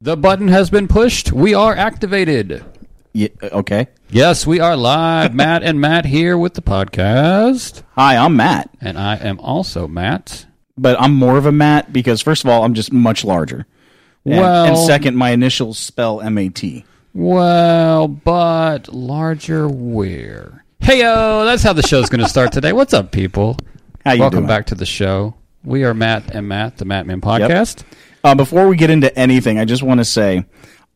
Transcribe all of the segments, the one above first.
The button has been pushed. We are activated. Yeah, okay. Yes, we are live. Matt and Matt here with the podcast. Hi, I'm Matt, And I am also Matt. but I'm more of a Matt because first of all, I'm just much larger. And, and Well- second, my initials spell M A T. Well, but larger where? Hey, yo, that's how the show's going to start today. What's up, people? How you Welcome doing? back to the show. We are Matt and Matt, the Matt Man podcast. Uh, before we get into anything, I just want to say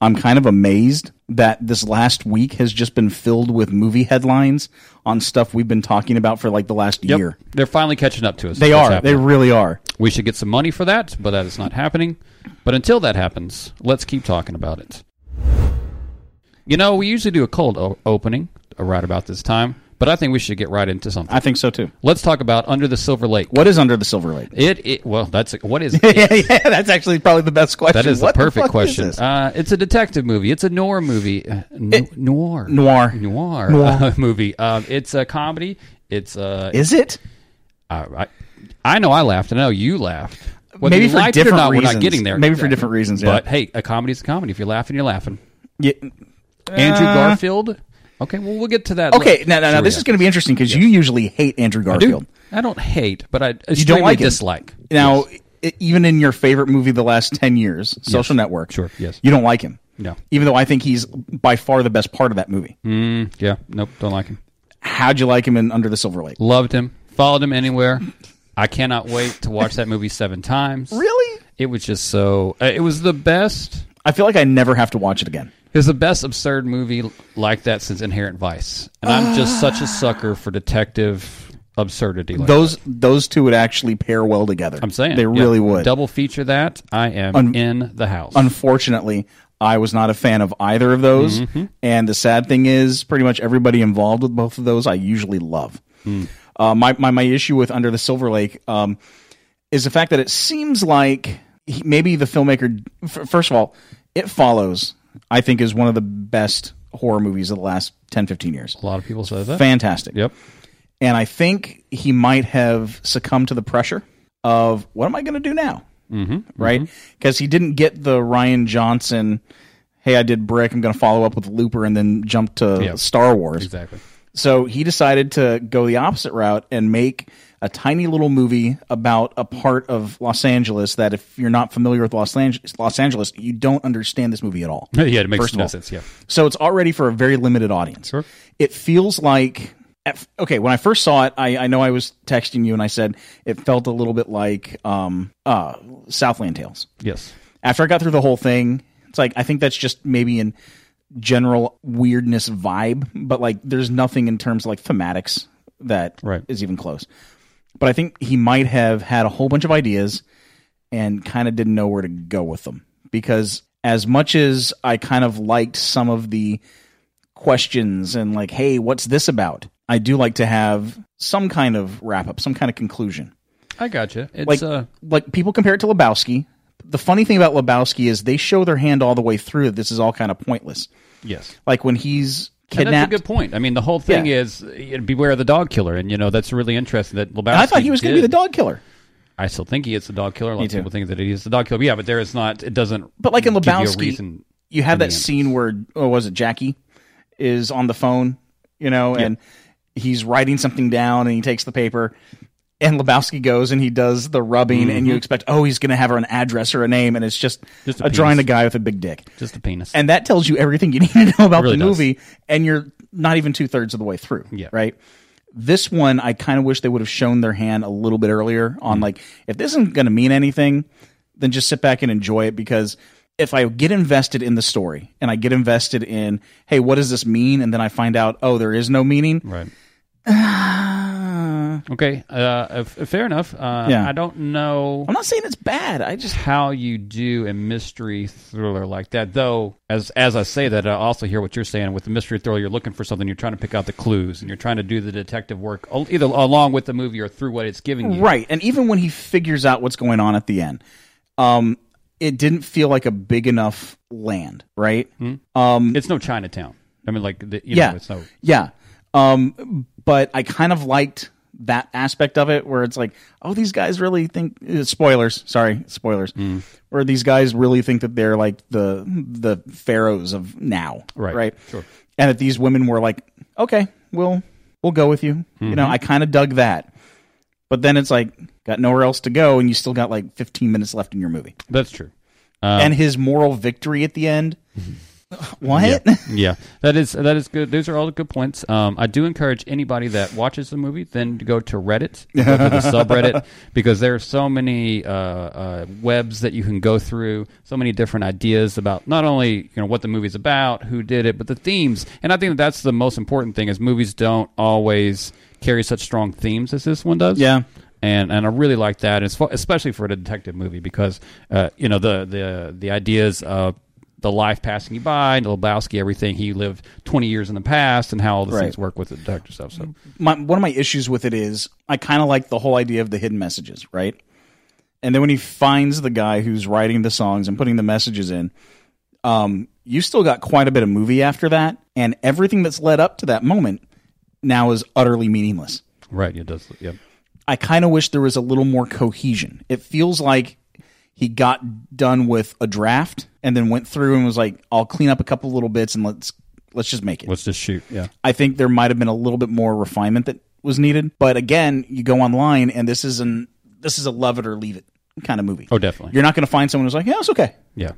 I'm kind of amazed that this last week has just been filled with movie headlines on stuff we've been talking about for like the last year. They're finally catching up to us. They That's are. happening. They really are. We should get some money for that, but that is not happening. But until that happens, let's keep talking about it. You know, we usually do a cold o- opening right about this time, but I think we should get right into something. I think so too. Let's talk about Under the Silver Lake. What is under the silver lake? It, it well, that's what is it? yeah, yeah, that's actually probably the best question. that is the What perfect fuck is question. this? uh, it's a detective movie. It's a noir movie. Uh, no- noir. noir. Noir, movie. Um, it's a comedy. It's uh, Is it? I, I I know I laughed. I know you laughed. Whether Maybe you for liked it or different not, We're not reasons. getting there. Maybe for different reasons, yeah. But hey, a comedy's a comedy. If you're laughing, you're laughing. Yeah. Andrew Garfield. Okay, well we'll get to that. Uh, Okay, later. now, now, now Sure, this yeah. is going to be interesting because you usually hate Andrew Garfield. Dude, I don't hate, but I You extremely don't like him. dislike. Now, e- even in your favorite movie the last 10 years, Social Network, Sure, yes. you don't like him. No. Even though I think he's by far the best part of that movie. Mm, yeah, nope, don't like him. How'd you like him in Under the Silver Lake? Loved him. Followed him anywhere. I cannot wait to watch that movie seven times. Really? It was just so. uh, It was the best. I feel like I never have to watch it again. It was the best absurd movie like that since Inherent Vice, and I'm just such a sucker for detective absurdity. Like Those those two would actually pair well together. I'm saying they yeah. really would. Double feature that. I am in the house. Unfortunately, I was not a fan of either of those, and the sad thing is, pretty much everybody involved with both of those, I usually love. Uh, my, my my issue with Under the Silver Lake um, is the fact that it seems like he, maybe the filmmaker. F- first of all, it follows. I think is one of the best horror movies of the last 10, 15 years. a lot of people say that. Fantastic. Yep. And I think he might have succumbed to the pressure of what am I going to do now? Mm-hmm, right? Because he didn't get the Ryan Johnson, hey, I did Brick, I'm going to follow up with Looper and then jump to Yeah. Star Wars. Exactly. So he decided to go the opposite route and make a tiny little movie about a part of Los Angeles that if you're not familiar with Los, Ange- Los Angeles, you don't understand this movie at all. yeah, it makes First of no all. sense. Yeah. So it's already for a very limited audience. Sure. It feels like at f- okay. When I first saw it, I, I know I was texting you and I said it felt a little bit like um, uh, Southland Tales. Yes. After I got through the whole thing, it's like I think that's just maybe in general weirdness vibe, but like there's nothing in terms of like thematics that is Right. even close. But I think he might have had a whole bunch of ideas and kind of didn't know where to go with them because as much as I kind of liked some of the questions and like hey, what's this about? I do like to have some kind of wrap up, some kind of conclusion I gotcha. It's like uh, like people compare it to Lebowski. The funny thing about Lebowski is they show their hand all the way through. that This is all kind of pointless. yes. Like when he's And that's a kidnapped. good point. I mean, the whole thing Yeah. is uh, beware the dog killer, and you know that's really interesting. That Lebowski. I thought he was going to be did- the dog killer, I still think he is the dog killer. A lot of too. people think that he is the dog killer. Yeah, but there is not. It doesn't. but like in give you a Lebowski, you, reason- have that the end. scene where oh, was it Jackie is on the phone, you know, and he's writing something down and he takes the paper. And Lebowski goes and he does the rubbing, and you expect, oh, he's going to have an address or a name, and it's just, Mm-hmm. Just a a drawing penis. a guy with a big dick. just a penis. and that tells you everything you need to know about really the does. movie, and you're not even two thirds of the way through. Yeah. Right. This one, I kind of wish they would have shown their hand a little bit earlier on, Mm-hmm. like, if this isn't going to mean anything, then just sit back and enjoy it because if I get invested in the story and I get invested in, hey, what does this mean? And then I find out, oh, there is no meaning. Right. okay. Uh, f- fair enough. Uh, Yeah. I don't know I'm not saying it's bad. I just, how you do a mystery thriller like that, though. As as I say that, I also hear what you're saying. With the mystery thriller, you're looking for something. You're trying to pick out the clues, and you're trying to do the detective work al- either along with the movie or through what it's giving you. right. And even when he figures out what's going on at the end, um, it didn't feel like a big enough land, right? It's no Chinatown. I mean, like the, you yeah, know, it's no. yeah. Um, but I kind of liked that aspect of it where it's like, oh, these guys really think eh, spoilers. Sorry, spoilers. Mm. Where these guys really think that they're like the the pharaohs of now, Right. Right. Sure. And that these women were like, okay, we'll we'll go with you. You Mm-hmm. know, I kind of dug that. But then it's like got nowhere else to go, and you still got like 15 minutes left in your movie. That's true. Oh. and his moral victory at the end. what? Mm-hmm. yeah, that is that is good. Those are all good points. Um, I do encourage anybody that watches the movie then to go to Reddit, go to the subreddit, because there are so many uh, uh, webs that you can go through, so many different ideas about not only you know what the movie's about, who did it, but the themes. And I think that's the most important thing is movies don't always carry such strong themes as this one does Yeah. uh, Right. things work with the detective stuff. So my one of my issues with it is I kind of like the whole idea of the hidden messages, right? And then when he finds the guy who's writing the songs and putting the messages in, um, you still got quite a bit of movie after that, and everything that's led up to that moment now is utterly meaningless. right, it does. Yep. I kind of wish there was a little more cohesion. It feels like he got done with a draft and then went through and was like, "I'll clean up a couple little bits and let's let's just make it." Let's just shoot. Yeah. I think there might have been a little bit more refinement that was needed. But again, you go online and this is an this is a love it or leave it kind of movie. Oh, definitely. You're not going to find someone who's like, yeah, it's okay. Yeah.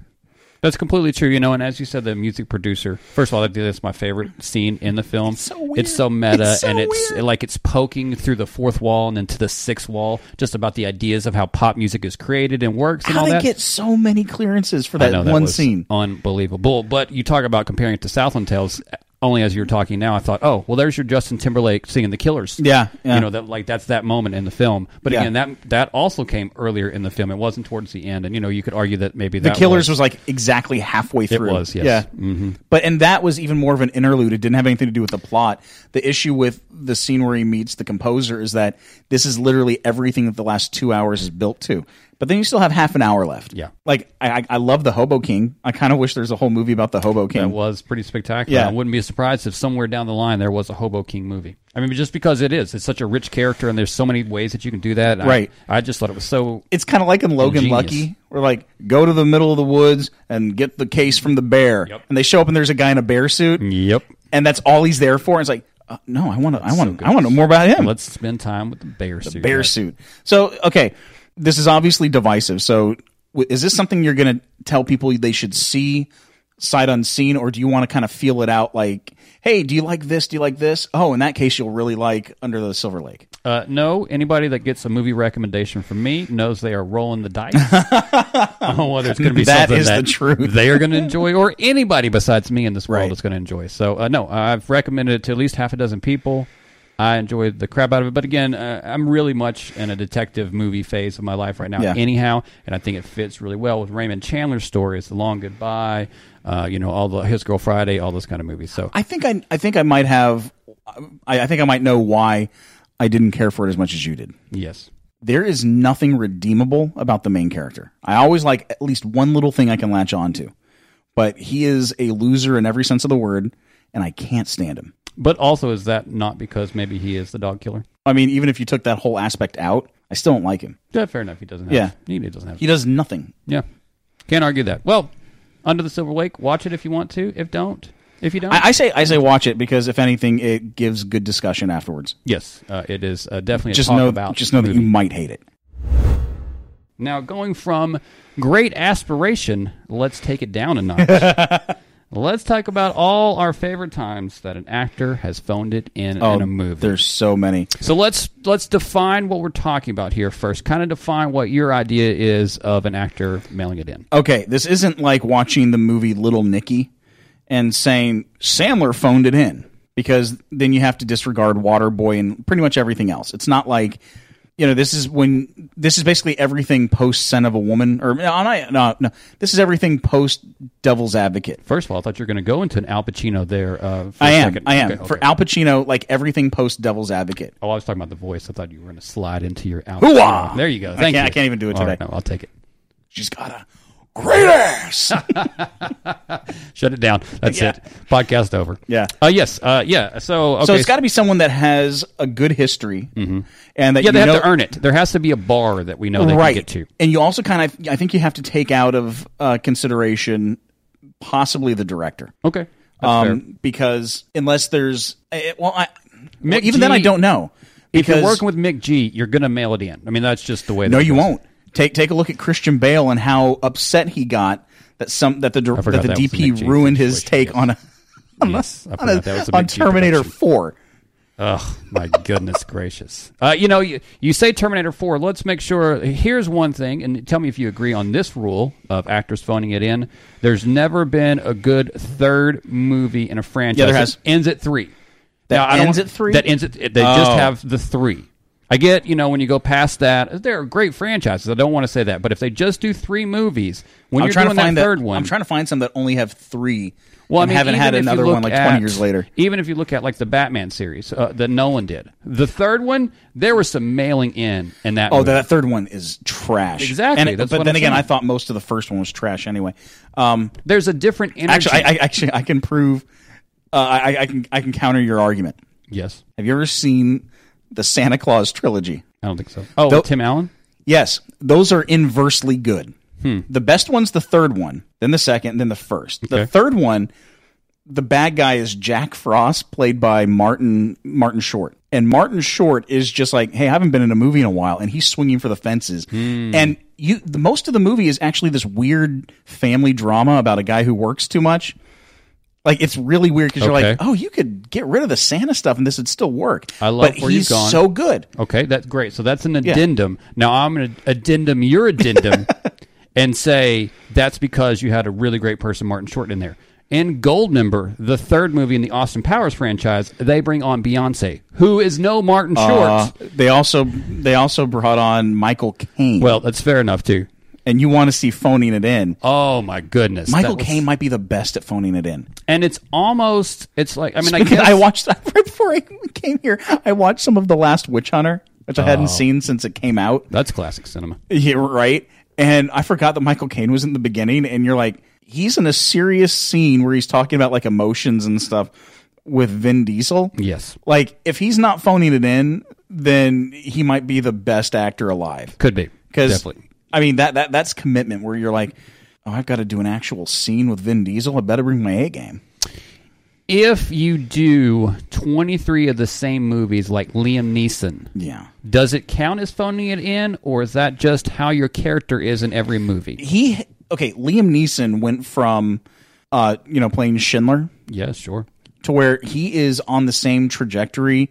That's completely true, you know. And as you said, the music producer. First of all, that's my favorite scene in the film. It's so weird. It's so meta, It's so and it's weird. like it's poking through the fourth wall and then to the sixth wall, just about the ideas of how pop music is created and works. And How all they that. get so many clearances for I that know, one was scene? Unbelievable. But you talk about comparing it to Southland Tales. Only as you were talking now, I thought, oh, well, there's your Justin Timberlake singing The Killers. Yeah, yeah. You know, that like that's that moment in the film. But Yeah. again, that that also came earlier in the film. It wasn't towards the end. And, you know, you could argue that maybe The that Killers was, was, like exactly halfway through. was, yes. Mm-hmm. Yeah. But and that was even more of an interlude. It didn't have anything to do with the plot. The issue with the scene where he meets the composer is that this is literally everything that the last two hours is built to. But then you still have half an hour left. Yeah. Like I, I- I love the Hobo King. I kind of wish there's a whole movie about the Hobo King. that was pretty spectacular. Yeah. I wouldn't be surprised if somewhere down the line there was a Hobo King movie. I mean, just because it is, it's such a rich character, and there's so many ways that you can do that. I- Right. I, just thought it was so. it's kind of like in Logan Ingenious. Lucky, where like go to the middle of the woods and get the case from the bear, Yep. Mm. and they show up and there's a guy in a bear suit, Yep. and that's all he's there for. And it's like, uh, no, I want to, I want to, I want to know more about him. Let's spend time with the bear suit. bear That's- suit. So okay, this is obviously divisive. So w- is this something you're going to tell people they should see sight unseen, or do you want to kind of feel it out? Like, hey, do you like this? Do you like this? Oh, in that case, you'll really like Under the Silver Lake. Uh, no, anybody that gets a movie recommendation from me knows they are rolling the dice on whether it's going to be That something is that the truth. they are going to enjoy, or anybody besides me in this world Right. is going to enjoy. So, uh, no, I've recommended it to at least half a dozen people. I enjoyed the crap out of it, but again, uh, I'm really much in a detective movie phase of my life right now. Yeah. Anyhow, and I think it fits really well with Raymond Chandler's stories, The Long Goodbye, uh, you know, all the His Girl Friday, all those kind of movies. So, I think I, I think I might have, I, I think I might know why I didn't care for it as much as you did. yes, There is nothing redeemable about the main character. I always like at least one little thing I can latch on to, but he is a loser in every sense of the word, and I can't stand him. but also is that not because maybe he is the dog killer? I mean, even if you took that whole aspect out, I still don't like him. Yeah, fair enough. He doesn't have. Yeah. he doesn't have. He does nothing. yeah, can't argue that. Well, Under the Silver Lake, watch it if you want to. If don't, if you don't, I, I say I say watch it because if anything, it gives good discussion afterwards. yes, uh, it is uh, definitely a Just talk know, about. just know that you might hate it. Now, going from great aspiration, let's take it down a notch. let's talk about all our favorite times that an actor has phoned it in Oh, in a movie. Um, There's so many. So let's let's define what we're talking about here first. Kind of define what your idea is of an actor mailing it in. okay, this isn't like watching the movie Little Nicky and saying Sandler phoned it in because then you have to disregard Waterboy and pretty much everything else. It's not like you know this is when this is basically everything post Son of a Woman or no, I'm not- no, no, this is everything post Devil's Advocate. First of all, I thought you were going to go into an Al Pacino there. Uh, for I a am, second. I am Okay, for okay. Al Pacino, like everything post Devil's Advocate. Oh, I was talking about the voice. I thought you were going to slide into your Al. Hoo-ah! Pacino. There you go. I Thank can't- you. I can't even do it All right, today. no, I'll take it. She's got a great ass. Shut it down. That's it. Podcast over. Yeah. Uh, yes. Uh, yeah. So okay. So it's got to be someone that has a good history, and that Mm-hmm. yeah, you they have know, to earn it. There has to be a bar that we know they right. can get to. And you also kind of, I think you have to take out of uh, consideration possibly the director, Okay. That's fair. um, because unless there's, eh, well, I, well, Mick even then G- I don't know. If Because you're working with Mick G, you're gonna mail it in. I mean, that's just the way. no, that you goes. won't. Take take a look at Christian Bale and how upset he got that some that the dir- forgot that the that was the Mick DP G ruined his situation, take on a Yes, I on, forgot that was a, a on Mick G Terminator production. Four. Oh my goodness gracious! Uh, you know, you, you say Terminator Four. Let's make sure. Here's one thing, and tell me if you agree on this rule of actors phoning it in. There's never been a good third movie in a franchise. Yeah, there has. that ends at three. That Now, I don't ends want- at three? That ends at. They just Oh. have the three. I get, you know, when you go past that, there are great franchises. I don't want to say that, but if they just do three movies, when I'm you're trying doing to find that third one, I'm trying to find some that only have three. well, and I mean, haven't even had if you another one look like at- 20 years later. Even if you look at like the Batman series uh, that Nolan did, the third one, there was some mailing in in that. Oh, movie. that, that third one is trash. Exactly, And it- that's but what then I'm again, saying. I thought most of the first one was trash anyway. Um, there's a different energy. actually, I, I actually I can prove. Uh, I, I can I can counter your argument. yes, Have you ever seen the Santa Claus trilogy? I don't think so. Oh, Though- Tim Allen. Yes, those are inversely good. Hmm. The best one's the third one, then the second, then the first. The Okay. third one, the bad guy is Jack Frost, played by Martin Martin Short, and Martin Short is just like, hey, I haven't been in a movie in a while, and he's swinging for the fences. Hmm. And you, the, most of the movie is actually this weird family drama about a guy who works too much. Like it's really weird because you're Okay. like, oh, you could get rid of the Santa stuff and this would still work. I love but where you've he's gone. so good. Okay, that's great. So that's an addendum. Now I'm an addendum your addendum and say that's because you had a really great person, Martin Short, in there. In Goldmember, the third movie in the Austin Powers franchise, they bring on Beyonce, who is no Martin Short. Uh, they also they also brought on Michael Caine. well, that's fair enough too. and you want to see phoning it in. Oh my goodness, Michael That was- Caine might be the best at phoning it in. and it's almost it's like I mean I Because guess I watched right before I came here. I watched some of the last Witch Hunter, which I Oh. hadn't seen since it came out. that's classic cinema. Yeah, right. And I forgot that Michael Caine was in the beginning, and you're like, he's in a serious scene where he's talking about like emotions and stuff with Vin Diesel. Yes, Like, if he's not phoning it in, then he might be the best actor alive. could be because definitely. I mean that that that's commitment where you're like, oh, I've got to do an actual scene with Vin Diesel. I better bring my A game. If you do twenty three of the same movies like Liam Neeson, Yeah, does it count as phoning it in, or is that just how your character is in every movie? he okay. Liam Neeson went from uh you know playing Schindler Yes, sure. to where he is on the same trajectory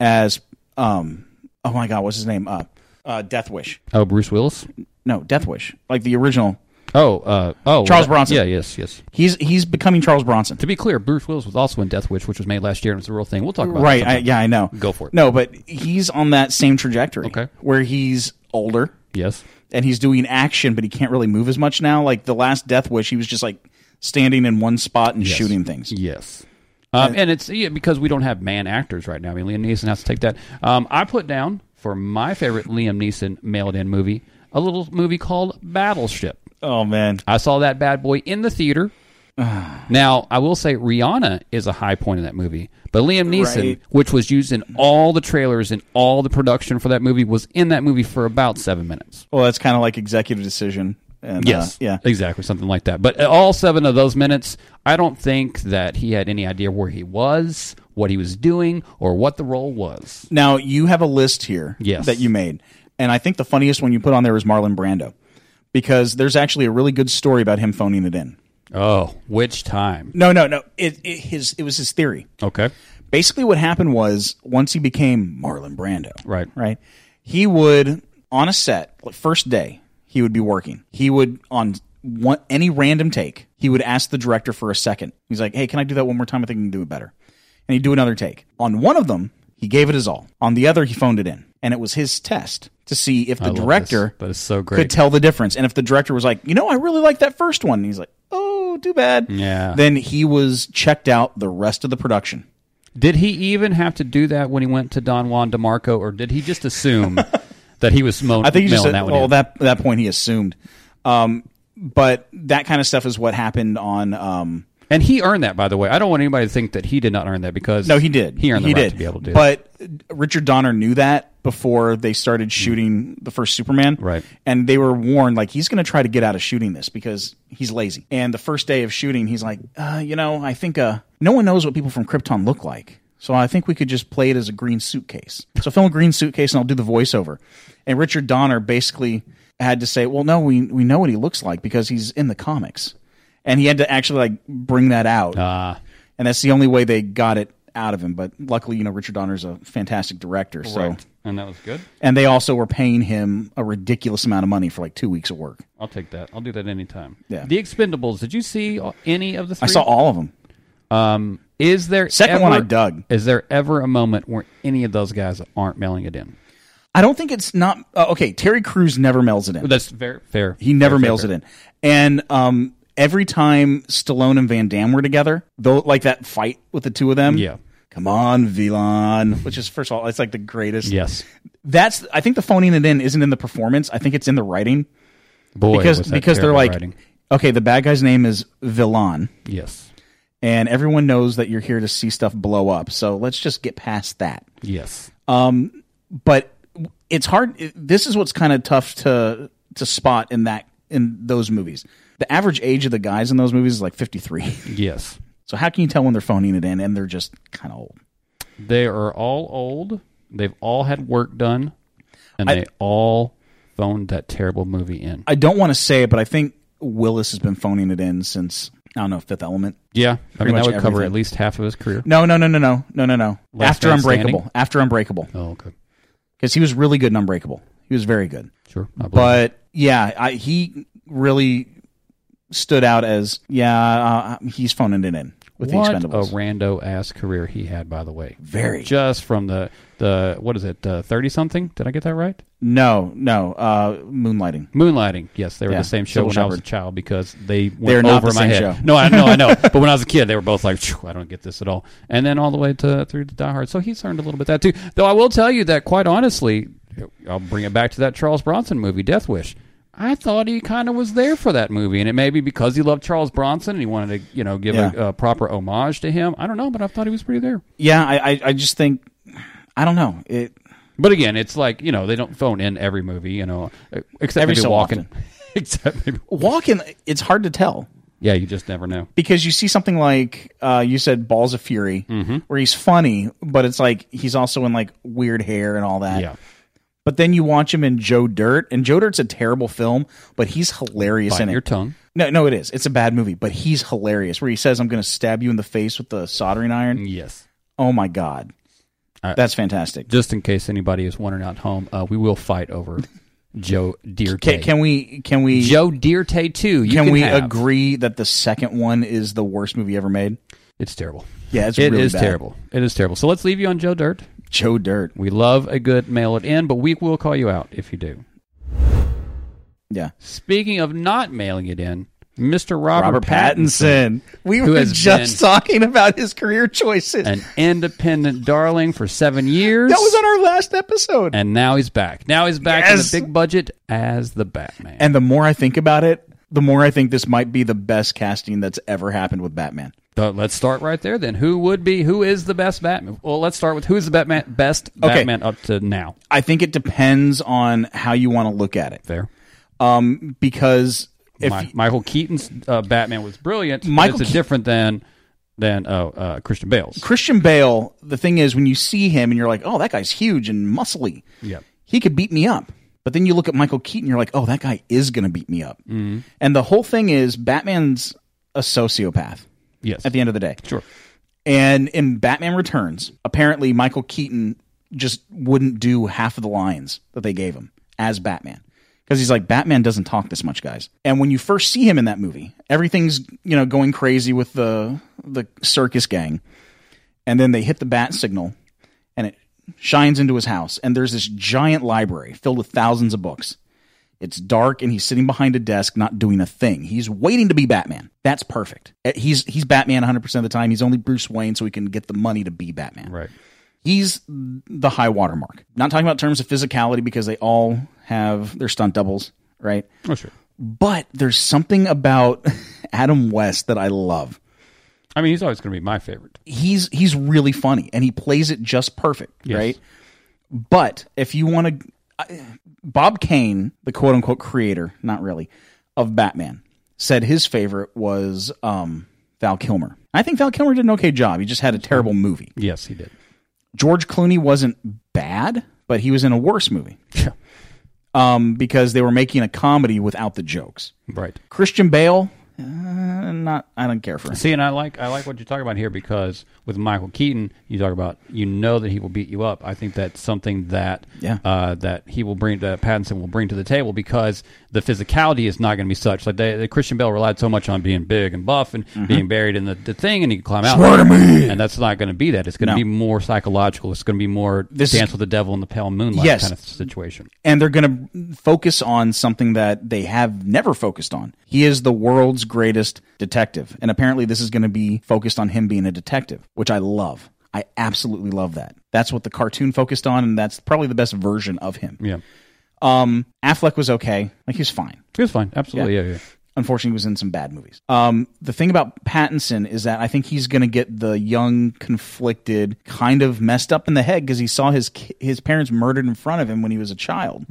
as um oh my god, what's his name? Uh, uh Death Wish. Oh, Bruce Willis. No, Death Wish. Like the original. Oh, uh, oh, Charles well, Bronson. Yeah, yes, yes. He's he's becoming Charles Bronson. To be clear, Bruce Willis was also in Death Wish, which was made last year and it's a real thing. We'll talk about Right. It I, sometime. yeah, I know. uh, Go for it. No, but he's on that same trajectory. Okay. Where he's older. Yes. and he's doing action, but he can't really move as much now. Like the last Death Wish, he was just like standing in one spot and shooting things. Yes. Um, and, it's yeah, because we don't have man actors right now. I mean, Liam Neeson has to take that. Um, I put down for my favorite Liam Neeson mailed in movie a little movie called Battleship. Oh man, I saw that bad boy in the theater. now, I will say Rihanna is a high point in that movie, but Liam Neeson, Right. which was used in all the trailers and all the production for that movie, was in that movie for about seven minutes. well that's kind of like executive decision. And, uh, Yes. yeah. Exactly. Something like that. But uh, all seven of those minutes, I don't think that he had any idea where he was, what he was doing, or what the role was. Now you have a list here Yes. that you made, and I think the funniest one you put on there was Marlon Brando, because there's actually a really good story about him phoning it in. Oh, which time? No, no, no. It, it his it was his theory. Okay. basically what happened was once he became Marlon Brando, Right. right, he would on a set like first day he would be working. He would on one, any random take he would ask the director for a second. He's like, "Hey, can I do that one more time? I think I can do it better." And he'd do another take. On one of them, he gave it his all. On the other, he phoned it in, and it was his test to see if the love director this. That is so could great. tell the difference. And if the director was like, "You know, I really like that first one," and he's like, "Oh, too bad," Yeah. then he was checked out the rest of the production. Did he even have to do that when he went to Don Juan DeMarco, or did he just assume that he was mo- I think he just mailing said, that one well in? that that point he assumed. Um, but that kind of stuff is what happened on. Um, And he earned that, by the way. I don't want anybody to think that he did not earn that because no, he did. He earned the he right did. to be able to do that. But Richard Donner knew that before they started shooting the first Superman. Mm-hmm. Right. And they were warned, like, he's going to try to get out of shooting this because he's lazy. And the first day of shooting, he's like, uh, you know, I think uh, no one knows what people from Krypton look like. So I think we could just play it as a green suitcase. So film a green suitcase and I'll do the voiceover. And Richard Donner basically had to say, well, no, we, we know what he looks like because he's in the comics. And he had to actually like bring that out. Ah. and that's the only way they got it out of him. But luckily, you know, Richard Donner's a fantastic director. So, Right. And that was good. and they also were paying him a ridiculous amount of money for like two weeks of work. I'll take that. I'll do that anytime. Yeah. The Expendables. Did you see any of the? Three? I saw all of them. Um, is there Second one ever- I dug. Is there ever a moment where any of those guys aren't mailing it in? I don't think it's not uh, okay. Terry Crews never mails it in. That's fair. Fair. He never fair, fair, mails fair. it in. And um, every time Stallone and Van Damme were together, though, like that fight with the two of them. Yeah. Come on, Vilon. Which is first of all, it's like the greatest. Yes. That's. I think the phoning it in isn't in the performance. I think it's in the writing. Boy, because was that because they're terrible like, writing. okay, the bad guy's name is Villan, yes, and everyone knows that you're here to see stuff blow up. So let's just get past that. yes. But it's hard. it- This is what's kind of tough to to spot in that in those movies. The average age of the guys in those movies is like 53. Yes. So how can you tell when they're phoning it in and they're just kind of old? They are all old. They've all had work done, and they all phoned that terrible movie in. I don't want to say it, but I think Willis has been phoning it in since I don't know Fifth Element. yeah, I mean that much would cover everything. at least half of his career. No, no, no, no, no, no, no, no. Last After Man Unbreakable. After Unbreakable. Oh, okay, because he was really good in Unbreakable. He was very good, sure. I believe it. but yeah, I, he really stood out as yeah. Uh, he's phoning it in with what the Expendables. a rando ass career he had, by the way. Very. just from the the what is it uh, thirty something? Did I get that right? no, no, uh, moonlighting. Moonlighting. Yes, they were Yeah, the same show Sybil when I was a Shepherd. child because they went They're not over the my same head. show. No, I know, I know. but when I was a kid, they were both like, "Phew, I don't get this at all. And then all the way to through to Die Hard. So he's earned a little bit that too. Though I will tell you that quite honestly, I'll bring it back to that Charles Bronson movie, Death Wish. I thought he kind of was there for that movie, and it may be because he loved Charles Bronson and he wanted to, you know, give Yeah. a, a proper homage to him. I don't know, but I thought he was pretty there. Yeah, I, I, I just think I don't know it. But again, it's like you know they don't phone in every movie, you know, e-, except Every maybe so Walken. except maybe, Walking, it's hard to tell yeah, you just never know. because you see something like uh, you said, Balls of Fury, Mm-hmm. where he's funny, but it's like he's also in like weird hair and all that. Yeah, But then you watch him in Joe Dirt, and Joe Dirt's a terrible film, but he's hilarious in bite it. your tongue. No, no, it is. It's a bad movie, but he's hilarious. Where he says, "I'm going to stab you in the face with the soldering iron." Yes. Oh my god, I- that's fantastic. Just in case anybody is wondering at home, uh, we will fight over Joe Dierte. Can, can we? Can we? Joe Dierte too. You can, can we have. agree that the second one is the worst movie ever made? It's terrible. Yeah, it's It is really bad. terrible. It is terrible. So let's leave you on Joe Dirt. Joe Dirt. We love a good mail it in, but we will call you out if you do. Yeah, Speaking of not mailing it in, Mr. Robert, Robert Pattinson. Pattinson. We Who were has been- just talking about his career choices. an independent darling for seven years. that was on our last episode. And, and now he's back. Now he's back Yes. in the big budget as the Batman. the more I think about it, the more I think this might be the best casting that's ever happened with Batman. So Uh, let's start right there then. Who would be who is the best Batman? Well, let's start with who is the Batman best Okay. Batman up to now. I think it depends on how you want to look at it. Fair. um, because if Mi- Michael Keaton's uh, Batman was brilliant. Michael Michael it's a Keat- different than than uh, uh, Christian Bale's. Christian Bale, the thing is, when you see him and you're like, oh, that guy's huge and muscly, Yeah. he could beat me up. But then you look at Michael Keaton, you're like, oh, that guy is going to beat me up. And the whole thing is, Batman's a sociopath Yes. at the end of the day. sure. And in Batman Returns, apparently Michael Keaton just wouldn't do half of the lines that they gave him as Batman. Because he's like, Batman doesn't talk this much, guys. And when you first see him in that movie, everything's, you know, going crazy with the the circus gang. And then they hit the bat signal and it shines into his house. And there's this giant library filled with thousands of books. It's dark and he's sitting behind a desk not doing a thing. He's waiting to be Batman. That's perfect. Uh, He's he's Batman 100% of the time. He's only Bruce Wayne so he can get the money to be Batman. Right. He's the high water mark. Not talking about terms of physicality because they all have their stunt doubles, right? Oh sure. But there's something about Adam West that I love. I mean, he's always going to be my favorite. He's he's really funny and he plays it just perfect, Yes. right? But if you want to Bob Kane, the quote unquote creator, not really, of Batman, said his favorite was um, Val Kilmer. I think Val Kilmer did an okay job. He just had a terrible movie. Yes, he did. George Clooney wasn't bad, but he was in a worse movie Yeah. um, because they were making a comedy without the jokes. Right. Christian Bale, uh, not I don't care for him. See, and I like I like what you're talking about here because with Michael Keaton, you talk about you know that he will beat you up. I think that's something that Yeah. uh, that he will bring that Pattinson will bring to the table because the physicality is not going to be such. Like they, Christian Bale relied so much on being big and buff and Mm-hmm. being buried in the, the thing, and he could climb out. And that's not going to be that. It's going to No. be more psychological. It's going to be more This is- dance with the devil in the pale moonlight Yes. kind of situation. And they're going to focus on something that they have never focused on. He is the world's greatest detective, and apparently this is going to be focused on him being a detective, which I love. I absolutely love that. That's what the cartoon focused on, and that's probably the best version of him. Yeah, Um, Affleck was okay; like he was fine. it was fine. Absolutely. yeah, yeah. unfortunately he was in some bad movies. Um, the thing about Pattinson is that I think he's going to get the young, conflicted, kind of messed up in the head because he saw his ki- his parents murdered in front of him when he was a child.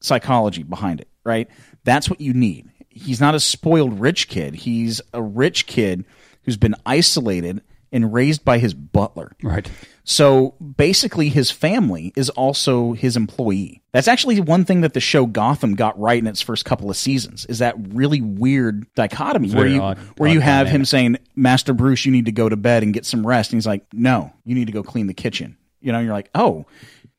Psychology behind it, right? That's what you need. He's not a spoiled rich kid. He's a rich kid who's been isolated and raised by his butler. Right. So basically, his family is also his employee. That's actually one thing that the show Gotham got right in its first couple of seasons is that really weird dichotomy where very you odd- where odd you have him saying, "Master Bruce, you need to go to bed and get some rest," and he's like, "No, you need to go clean the kitchen." You know, you're like, "Oh,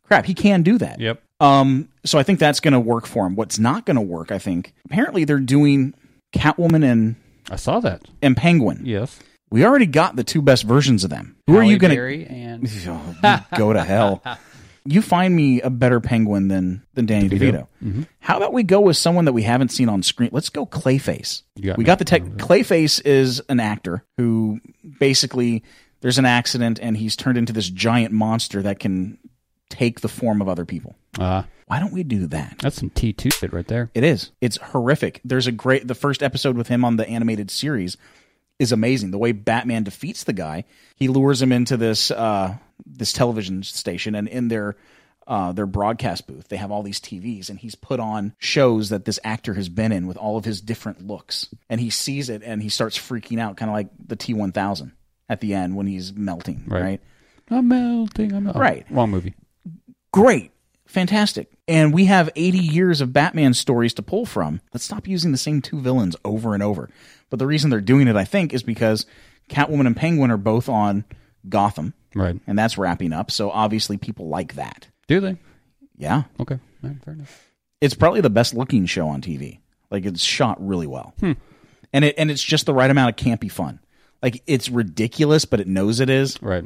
crap, he can do that." Yep. Um, so I think that's going to work for him. What's not going to work, I think, apparently they're doing Catwoman and I saw that. and Penguin. Yes. We already got the two best versions of them. Who are Halle you going to? Berry and Oh, you go to hell. You find me a better penguin than than Danny DeVito. Mm-hmm. How about we go with someone that we haven't seen on screen? Let's go Clayface. You got we me. Mm-hmm. got the tech. Clayface is an actor who basically there's an accident and he's turned into this giant monster that can take the form of other people. uh, Why don't we do that? that's some T two shit right there. It is. It's horrific. There's a great the first episode with him on the animated series is amazing. The way Batman defeats the guy, he lures him into this uh this television station and in their uh, their broadcast booth. They have all these TVs, and he's put on shows that this actor has been in with all of his different looks. And he sees it, and he starts freaking out, kind of like the T1000 at the end when he's melting. Right. right? I'm melting. I'm oh, Right. Wrong movie. great, fantastic. And we have 80 years of Batman stories to pull from. Let's stop using the same two villains over and over. But the reason they're doing it, I think, is because Catwoman and Penguin are both on Gotham, Right. and that's wrapping up. So obviously, people like that. Do they? Yeah. Okay. All right, fair enough. It's probably the best looking show on TV. Like, it's shot really well. And, it, and it's just the right amount of campy fun. Like, it's ridiculous, but it knows it is, Right.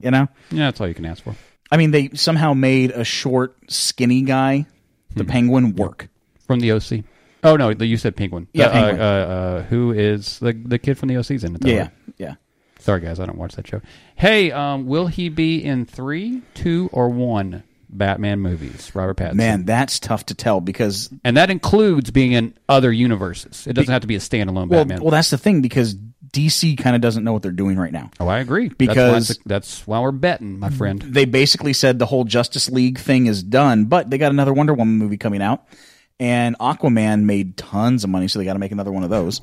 you know? Yeah, that's all you can ask for I mean, they somehow made a short, skinny guy, the penguin, work. from the OC. Oh no, the- you said Penguin. Yeah, Uh, Penguin. Uh, uh, who is the the kid from the OC's in it? though, Yeah, right? yeah. Sorry guys, I don't watch that show. Hey, um, will he be in three, two, or one Batman movies? Robert Pattinson. Man, that's tough to tell because And that includes being in other universes. It doesn't have to be a standalone well, Batman. well, that's the thing because DC kind of doesn't know what they're doing right now. oh, I agree. because- Mm-hmm. that's why, that's why we're betting, my friend. They basically said the whole Justice League thing is done, but they got another Wonder Woman movie coming out, and Aquaman made tons of money, so they got to make another one of those.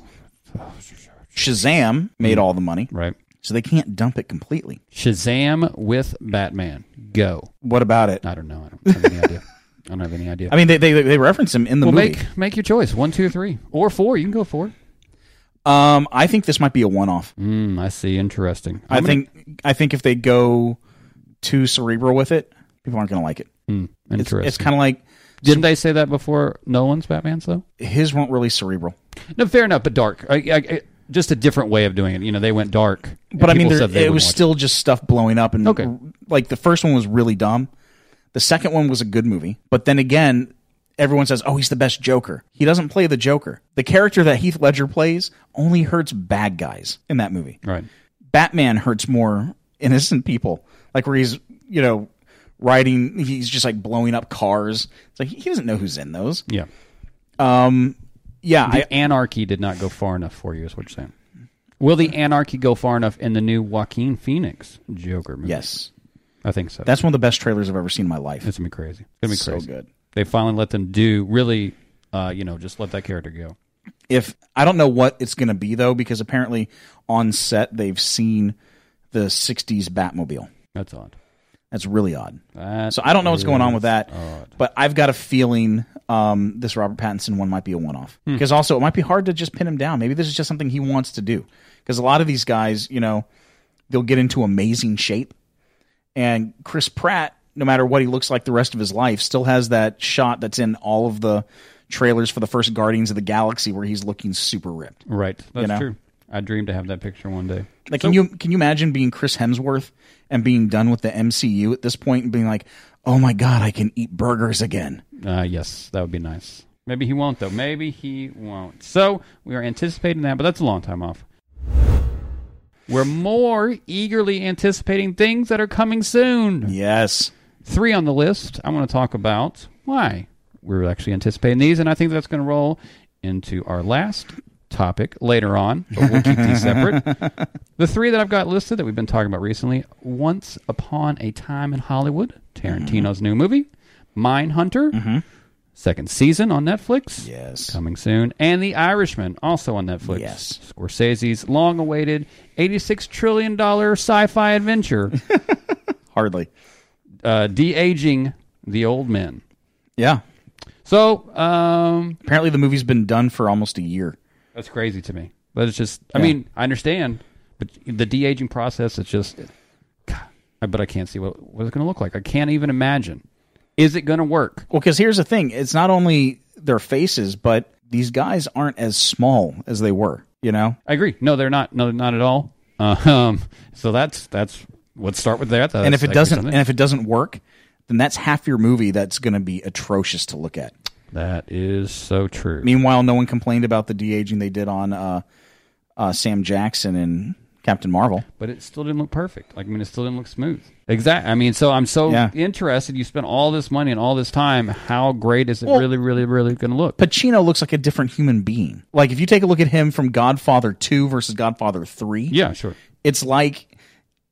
Shazam made Hmm. all the money, Right. so they can't dump it completely. Shazam with Batman. Go. What about it? I don't know. I don't have any idea. I don't have any idea. I mean, they they, they reference him in the Well, movie. make make your choice. One, two, three, or four. You can go four. um, I think this might be a one-off. Mm, I see. Interesting. I think I think if they go too cerebral with it, people aren't going to like it. It's, interesting. it's kind of like Didn't they say that before Nolan's Batman's though? his weren't really cerebral. No, fair enough. But dark. I, I, I- just a different way of doing it. You know, they went dark. and But I mean, people there, said they it was wouldn't still just stuff blowing up, and Okay. like the first one was really dumb. The second one was a good movie, but then again, everyone says, "Oh, he's the best Joker." He doesn't play the Joker. The character that Heath Ledger plays only hurts bad guys in that movie. watch it. right. Batman hurts more innocent people, like where he's you know riding, he's just like blowing up cars. It's like he doesn't know who's in those. Yeah. Um, yeah, The I, anarchy did not go far enough for you, is what you're saying. Will the anarchy go far enough in the new Joaquin Phoenix Joker movie? yes, I think so. that's one of the best trailers I've ever seen in my life. it's gonna be crazy. It's gonna be so crazy. good. They finally let them do really, uh, you know, just let that character go. If I don't know what it's going to be though, because apparently on set they've seen the '60s Batmobile. That's odd. That's really odd. That So I don't know what's going on with is that, odd. but I've got a feeling um, this Robert Pattinson one might be a one-off because also it might be hard to just pin him down. Maybe this is just something he wants to do because a lot of these guys, you know, they'll get into amazing shape, and Chris Pratt, no matter what he looks like the rest of his life, still has that shot that's in all of the trailers for the first Guardians of the Galaxy where he's looking super ripped. Right. That's know? true. I dream to have that picture one day. Like, can you can you imagine being Chris Hemsworth and being done with the MCU at this point and being like, oh my god, I can eat burgers again. Uh, yes, that would be nice. Maybe he won't, though. Maybe he won't. So we are anticipating that, but that's a long time off. We're more eagerly anticipating things that are coming soon. Yes. Three on the list I want to talk about why we're actually anticipating these, and I think that's going to roll into our last topic later on, but we'll keep these separate. The three that I've got listed that we've been talking about recently Once Upon a Time in Hollywood, Tarantino's Mm-hmm. new movie, Mindhunter, second season on Netflix. Yes. Coming soon. And The Irishman, also on Netflix. Yes. Scorsese's long awaited $86 trillion sci fi adventure, Hardly. uh, de aging the old men. Yeah. So, um, Apparently the movie's been done for almost a year. that's crazy to me. But it's just, I mean, I understand, but the de aging process, it's just, God, I- but I can't see what, what it's going to look like. I can't even imagine. Is it going to work? Well, because here's the thing it's not only their faces, but these guys aren't as small as they were, you know? I agree. No, they're not. No, they're not at all. Uh, um, so that's, that's, let's start with that. and if it doesn't and if it doesn't work, then that's half your movie that's gonna be atrocious to look at. That is so true. Meanwhile, no one complained about the de aging they did on uh, uh, Sam Jackson and Captain Marvel. But it still didn't look perfect. Like I mean, it still didn't look smooth. Exactly. I mean, so I'm so Yeah. interested. You spent all this money and all this time. How great is it really, really, really going to look? Pacino looks like a different human being. Like if you take a look at him from Godfather Two versus Godfather Three, yeah, sure. it's like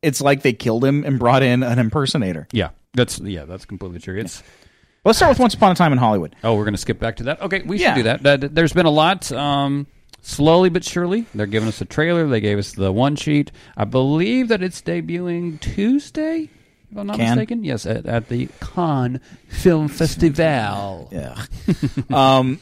it's like they killed him and brought in an impersonator. Yeah, that's yeah, that's completely true. It's Let's start with Once Upon a Time in Hollywood. oh, we're going to skip back to that. Okay, we Yeah. should do that. That- There's been a lot. Um, slowly but surely, they're giving us a trailer. They gave us the one sheet. I believe that it's debuting Tuesday. If I'm not Cannes? mistaken, yes, at, at the Cannes Film Festival. Yeah. um,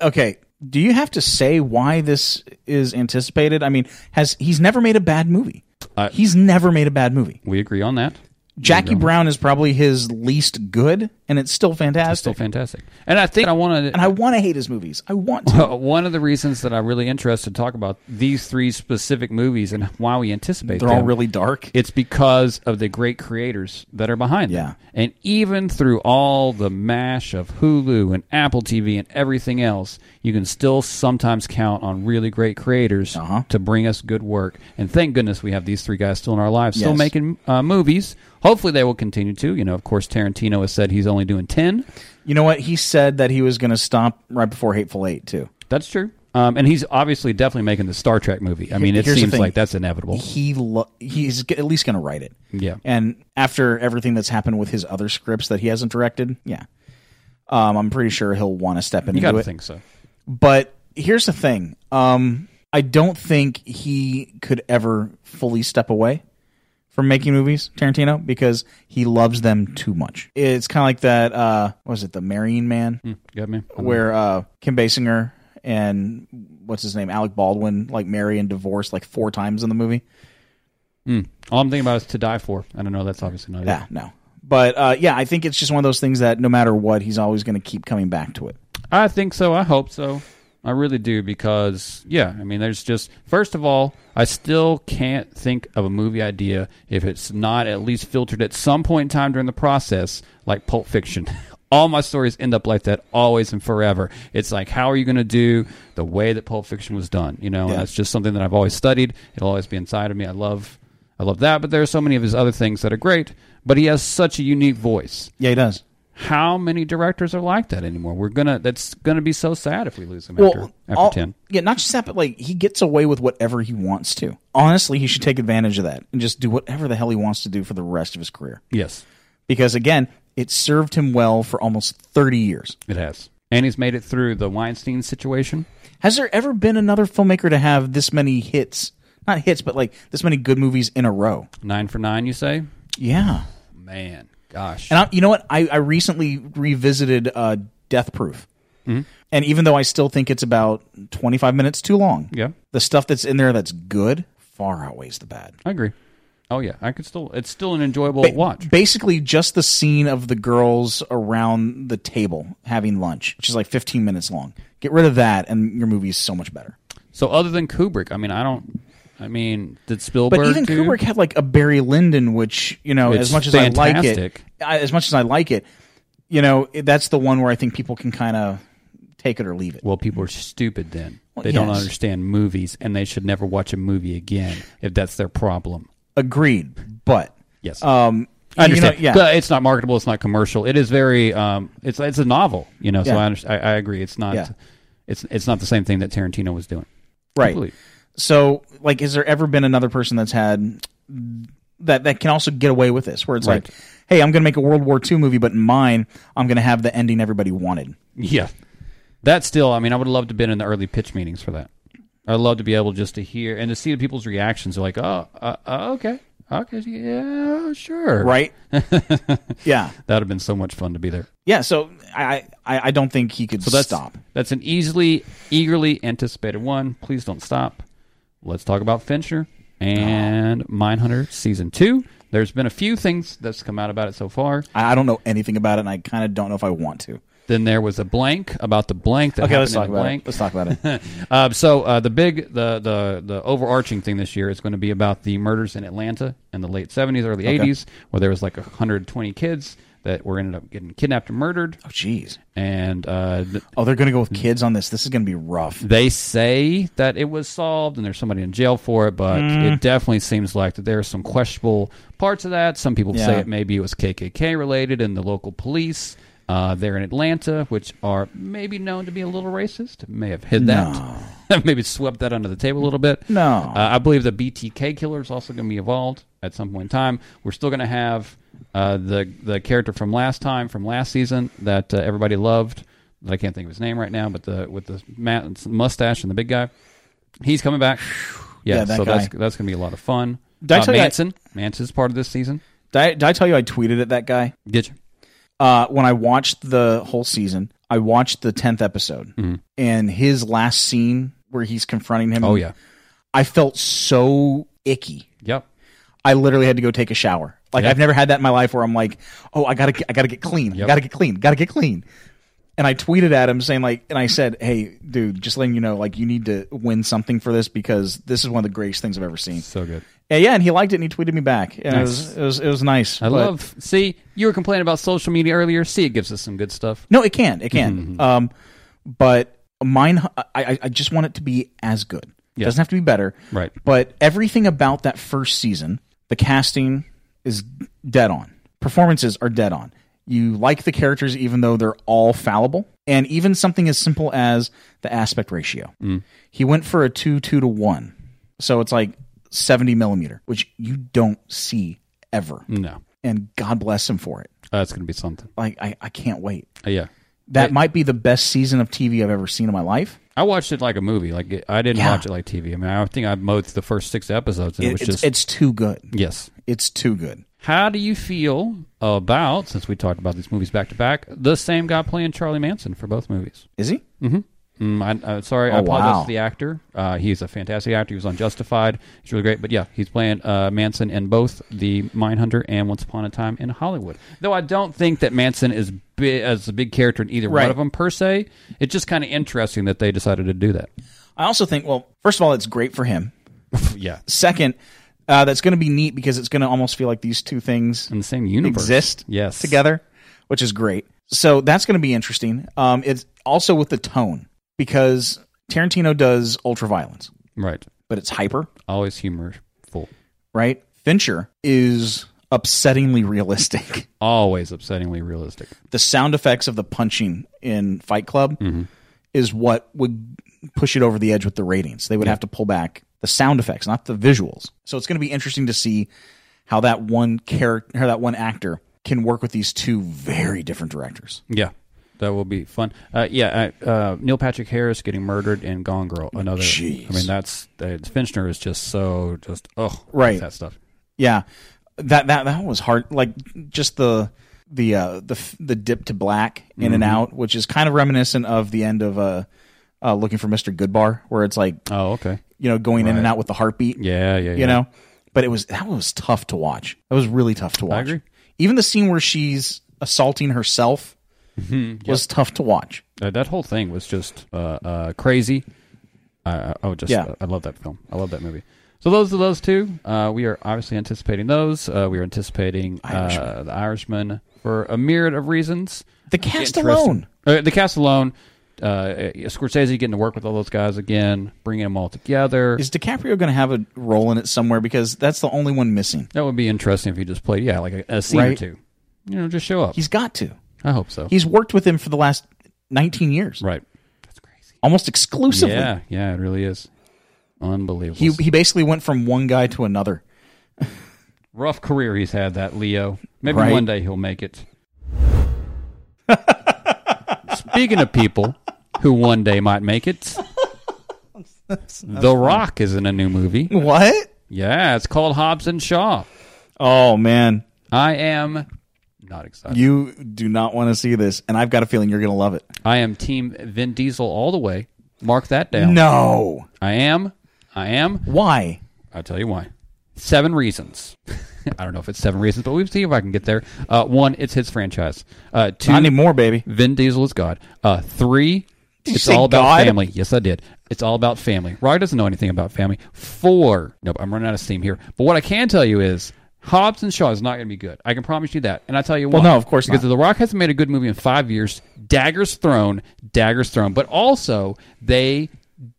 okay. Do you have to say why this is anticipated? I mean, has he's never made a bad movie? Uh, he's never made a bad movie. We agree on that. Jackie Brown is probably his least good, and it's still fantastic. Still fantastic. And I think I want and to. I want to hate his movies. I want to. One of the reasons that I'm really interested to talk about these three specific movies and why we anticipate They're all them really dark. It's because of the great creators that are behind them. Yeah. And even through all the mash of Hulu and Apple TV and everything else, you can still sometimes count on really great creators Uh-huh. to bring us good work. And thank goodness we have these three guys still in our lives, still Yes. making uh, movies. Hopefully they will continue to. You know, of course, Tarantino has said he's only doing 10. You know what? He said that he was going to stop right before Hateful Eight too. That's true. Um, and he's obviously definitely making the Star Trek movie. I mean, it Here's the seems thing. like that's inevitable. He lo- he's g- at least going to write it. Oh. Yeah. And after everything that's happened with his other scripts that he hasn't directed, yeah, um, I'm pretty sure he'll want to step You into got to it. think so. But here's the thing: um, I don't think he could ever fully step away from making movies, Tarantino, because he loves them too much. It's kind of like that. Uh, what was it the Marrying Man? Hmm. You got me? where uh, Kim Basinger and what's his name, Alec Baldwin, like marry and divorce like four times in the movie. All I'm thinking about is To Die For. I don't know. That's obviously not it. Yeah, no, but uh, yeah, I think it's just one of those things that no matter what, he's always going to keep coming back to it. I think so. I hope so. I really do because yeah, I mean there's just first of all, I still can't think of a movie idea if it's not at least filtered at some point in time during the process like Pulp Fiction. All my stories end up like that always and forever. It's like how are you going to do the way that Pulp Fiction was done, you know? Yeah. And that's just something that I've always studied. It'll always be inside of me. I love I love that, but there are so many of his other things that are great, but he has such a unique voice Yeah, he does. how many directors are like that anymore. We're gonna that's gonna be so sad if we lose him after after all- ten. Yeah, not just that, but like he gets away with whatever he wants to. Honestly, he should take advantage of that and just do whatever the hell he wants to do for the rest of his career. Yes, Because again, it served him well for almost 30 years. it has, and he's made it through the Weinstein situation. Has there ever been another filmmaker to have this many hits? Not hits, but like this many good movies in a row. Nine for nine, you say? Yeah. Man, gosh, And I, you know what? I, I recently revisited uh, Death Proof. Mm-hmm. And even though I still think it's about 25 minutes too long, Yeah. the stuff that's in there that's good far outweighs the bad. I agree. Oh yeah, I could still. It's still an enjoyable Ba- watch. Basically, just the scene of the girls around the table having lunch, which is like 15 minutes long. Get rid of that, and your movie is so much better. So other than Kubrick, I mean, I don't. I mean, did Spielberg? But even do? Kubrick had like a Barry Lyndon, which you know, It's as much as I like it, fantastic. I, as much as I like it, you know, it- that's the one where I think people can kind of take it or leave it. Well, people are stupid then. Well, they don't yes. understand movies, and they should never watch a movie again if that's their problem. Agreed, but Yes, um, I understand. You know, yeah, But it's not marketable. It's not commercial. It is very. Um, it's it's a novel, you know. So Yeah. I, under, I I agree. It's not. Yeah. It's it's not the same thing that Tarantino was doing. right. Completely. So, like, has there ever been another person that's had that that can also get away with this, where it's Right. like, hey, I'm going to make a World War II movie, but in mine, I'm going to have the ending everybody wanted. Yeah. That still, I mean, I would have loved to have been in the early pitch meetings for that. I'd love to be able just to hear and to see people's reactions. They're like, oh, uh, uh, okay. Okay. Yeah, sure. Right? yeah, That would have been so much fun to be there. yeah. So I I, I don't think he could So that's, stop. That's an easily, eagerly anticipated one. Please don't stop. Let's talk about Fincher and Mindhunter season two. There's been a few things that's come out about it so far. I, I don't know anything about it, and I kind of don't know if I want to. Then there was a blank about the blank that Okay, happened let's in talk the about blank. it. Let's talk about it. Um, so uh, the big, the, the the overarching thing this year is going to be about the murders in Atlanta in the late seventies, early eighties, where there was like hundred twenty kids that were ended up getting kidnapped and murdered, oh, jeez. and uh, th- Oh, they're going to go with kids on this. This is going to be rough. they say that it was solved and there's somebody in jail for it, but it definitely seems like that there are some questionable parts of that. Some people Yeah. say it maybe it was KKK related and the local police. Uh, there in Atlanta, which are maybe known to be a little racist, may have hid that, maybe swept that under the table a little bit. No. Uh, I believe the BTK killer is also going to be involved at some point in time. We're still going to have uh, the the character from last time, from last season that uh, everybody loved. That I can't think of his name right now, but the with the ma- mustache and the big guy, he's coming back. Yeah, Yeah, that so that's guy. that's going to be a lot of fun. Uh, Did I tell you I- Manson, Manson's part of this season. Did I, did I tell you I tweeted at that guy? Did you? uh, when I watched the whole season, I watched the tenth episode, and his last scene where he's confronting him. Mm-hmm. Oh yeah, I felt so icky. yep. I literally had to go take a shower. Like Yeah. I've never had that in my life where I'm like, oh, I gotta, get- I gotta get clean, I Yep. gotta get clean, gotta get clean. And I tweeted at him saying like, and I said, hey, dude, just letting you know, like, you need to win something for this because this is one of the greatest things I've ever seen. So good. And yeah, and he liked it and he tweeted me back. And it, Nice. was, it was, it was nice. I love. See, you were complaining about social media earlier. See, it gives us some good stuff. No, it can. It can. Mm-hmm. Um, but mine, I- I, I just want it to be as good. It Yeah. doesn't have to be better. Right. But everything about that first season, the casting is dead on. Performances are dead on. You like the characters even though they're all fallible. And even something as simple as the aspect ratio. Mm. He went for a 2 2 to 1. So it's like 70 millimeter, which you don't see ever. No, And God bless him for it. that's going to be something. Like, I, I can't wait Uh, yeah. that might be the best season of TV I've ever seen in my life. I watched it like a movie. Like it- I didn't Yeah. watch it like TV. I mean, I think I mowed the first six episodes, and it, It- was it's, just it's too good. yes. It's too good. How do you feel about since we talked about these movies back to back? The same guy playing Charlie Manson for both movies. Is he? Mm, I, uh, sorry, I apologize Oh, wow. to the actor. Uh, he's a fantastic actor. He was on Justified. He's really great. But yeah, he's playing uh, Manson in both the Mindhunter and Once Upon a Time in Hollywood. Though I don't think that Manson is bi- as a big character in either Right. one of them per se. It's just kind of interesting that they decided to do that. I also think. Well, first of all, it's great for him. yeah, Second, uh, that's going to be neat because it's going to almost feel like these two things in the same universe exist Yes, together, which is great. So that's going to be interesting. Um, it's also with the tone because Tarantino does ultraviolence, Right. but it's hyper, Always humorful. right? Fincher is upsettingly realistic. Always upsettingly realistic. The sound effects of the punching in Fight Club is what would push it over the edge with the ratings. They would have to pull back the sound effects, not the visuals. So it's going to be interesting to see how that one character, how that one actor can work with these two very different directors. Yeah, that will be fun. Uh, yeah, I, uh, Neil Patrick Harris getting murdered in Gone Girl. Another. Jeez. I mean, that's uh, Finchner is just so just oh Right. that stuff. Yeah, that that that was hard. Like just the the uh, the f- the dip to black in and out, which is kind of reminiscent of the end of uh, uh looking for Mister Goodbar, where it's like Oh, okay. you know going in and out with the heartbeat. Yeah, yeah, yeah. you know. But it was that was tough to watch. That was really tough to watch. agree. Even the scene where she's assaulting herself Mm-hmm. was tough to watch. Uh, that whole thing was just uh, uh, crazy. Uh, oh, just Yeah. uh, I love that film. I love that movie. So those are those two. Uh, we are obviously anticipating those. Uh, we are anticipating Uh, the Irishman for a myriad of reasons. The cast Interesting. alone. Uh, the cast alone. Uh, Scorsese getting to work with all those guys again, bringing them all together. Is DiCaprio going to have a role in it somewhere? Because that's the only one missing. that would be interesting if he just played, yeah, like a, a scene or Right. two. You know, just show up. He's got to. I hope so. He's worked with him for the last 19 years, right. That's crazy. almost exclusively. Yeah, yeah, it really is unbelievable. He he basically went from one guy to another. rough career he's had that leo maybe Right. one day he'll make it speaking of people who one day might make it the rock is in a new movie What? yeah it's called hobbs and shaw Oh man, i am not excited you do not want to see this, and I've got a feeling you're going to love it. i am team vin diesel all the way mark that down No, i am i am why? i'll tell you why seven reasons i don't know if it's seven reasons but we'll see if i can get there uh, one it's his franchise uh, two Not anymore, baby. Vin Diesel is God. Uh, three, Did you it's say all about God? family. Yes, I did. It's all about family. Roy doesn't know anything about family. Four, nope, I'm running out of steam here. But what I can tell you is Hobbs and Shaw is not going to be good. I can promise you that. And I tell you well, no, of course because The Rock hasn't made a good movie in five years. Daggers thrown, daggers thrown. But also, they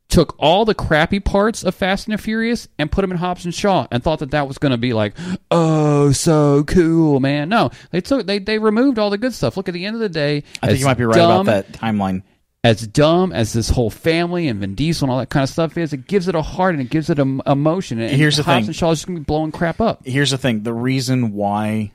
took all the crappy parts of Fast and the Furious and put them in Hobbs and Shaw and thought that that was going to be like, oh, so cool, man. No, they took they they removed all the good stuff. Look at the end of the day, I think as you might be right dumb, about that timeline. As dumb as this whole family and Vin Diesel and all that kind of stuff is, it gives it a heart and it gives it a emotion. And Here's the Hobbs thing. and Shaw is just going to be blowing crap up. Here's the thing: the reason why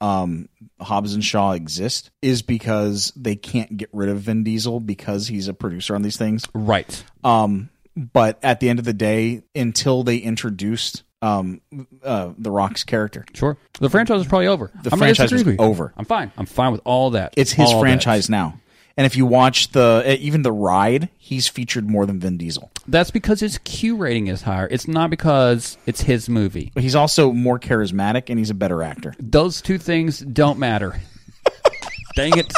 um, Hobbs and Shaw exist is because they can't get rid of Vin Diesel because he's a producer on these things. Right. Um, but at the end of the day, until they introduced um, uh, the Rock's character, Sure. The franchise is probably over. The I'm not gonna franchise disagree was with you. over. I'm fine. I'm fine with all that. it's his All that. franchise now. And if you watch the eh, even the ride, he's featured more than Vin Diesel. That's because his Q rating is higher. It's not because it's his movie. But he's also more charismatic and he's a better actor. Those two things don't matter. Dang it.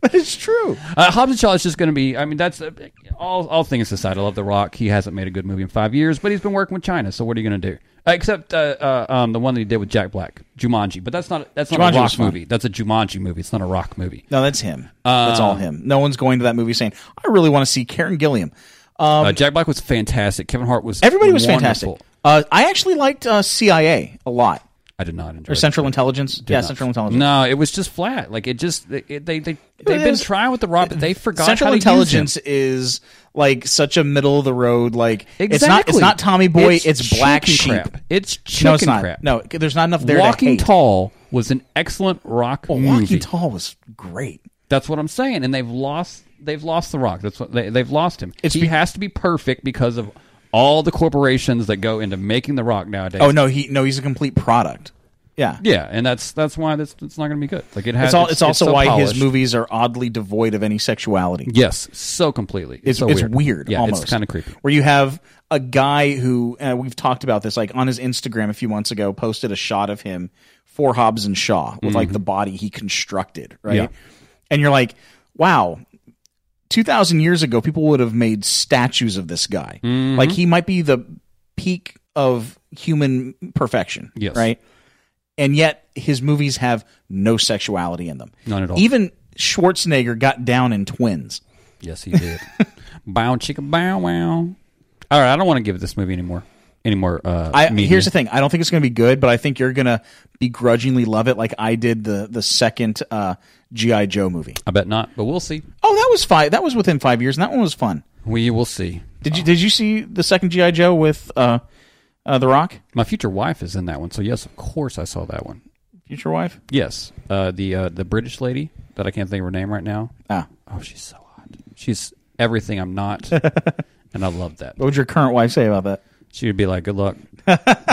But it's true. Uh, Hobbs and Shaw is just going to be. I mean, that's uh, all. All things aside, I love The Rock. He hasn't made a good movie in five years, but he's been working with China. So what are you going to do? Uh, except uh, uh, um, the one that he did with Jack Black, Jumanji. But that's not that's not Jumanji a was Rock fun. movie. That's a Jumanji movie. It's not a Rock movie. No, that's him. that's Uh, all him. No one's going to that movie saying, "I really want to see Karen Gilliam." Um, uh, Jack Black was fantastic. Kevin Hart was. everybody was wonderful. fantastic. Uh, I actually liked uh, CIA a lot I did not enjoy. or it. Central Intelligence. yeah, Central Intelligence. No, it was just flat. Like it just it, it- they they they've been is- trying with the Rock, but they forgot Central how to use him. Intelligence is like such a middle of the road. Like it's not. Exactly. It's not Tommy Boy. It's, Black chicken Sheep. Crap. It's chicken no, it's not. crap. No, there's not enough there. to Walking hate. Tall was an excellent rock Oh, Walking movie. Tall was great. That's what I'm saying, and they've lost. They've lost the Rock. That's what they, they've lost him. It's he be- has to be perfect because of all the corporations that go into making the Rock nowadays. Oh no, he no, he's a complete product. Yeah, yeah, and that's that's why that's it's not going to be good. Like it has. It's, all, it's, also so why polished. his movies are oddly devoid of any sexuality. Yes, so completely. It's, so it's weird. weird. Yeah, almost. it's kind of creepy. Where you have a guy who uh, we've talked about this, like on his Instagram a few months ago, posted a shot of him for Hobbs and Shaw with like the body he constructed, right? Mm-hmm. Yeah. And you're like, wow. 2000 years ago people would have made statues of this guy Mm-hmm. like he might be the peak of human perfection Yes. right and yet his movies have no sexuality in them None at all. even schwarzenegger got down in twins Yes, he did. bow chicka bow wow. All right, I don't want to give this movie anymore any more. Uh, I, media. here's the thing. I don't think it's going to be good, but I think you're going to begrudgingly love it, like I did the the second uh, GI Joe movie. I bet not, but we'll see. Oh, that was five. That was within five years, and that one was fun. We will see. Did you did you see the second GI Joe with uh, uh, the Rock, My future wife is in that one, so yes, of course I saw that one. future wife? Yes, uh, the uh, the British lady that I can't think of her name right now. Ah, Oh, she's so hot. She's everything I'm not, and I love that. what would your current wife say about that? She would be like, "Good luck,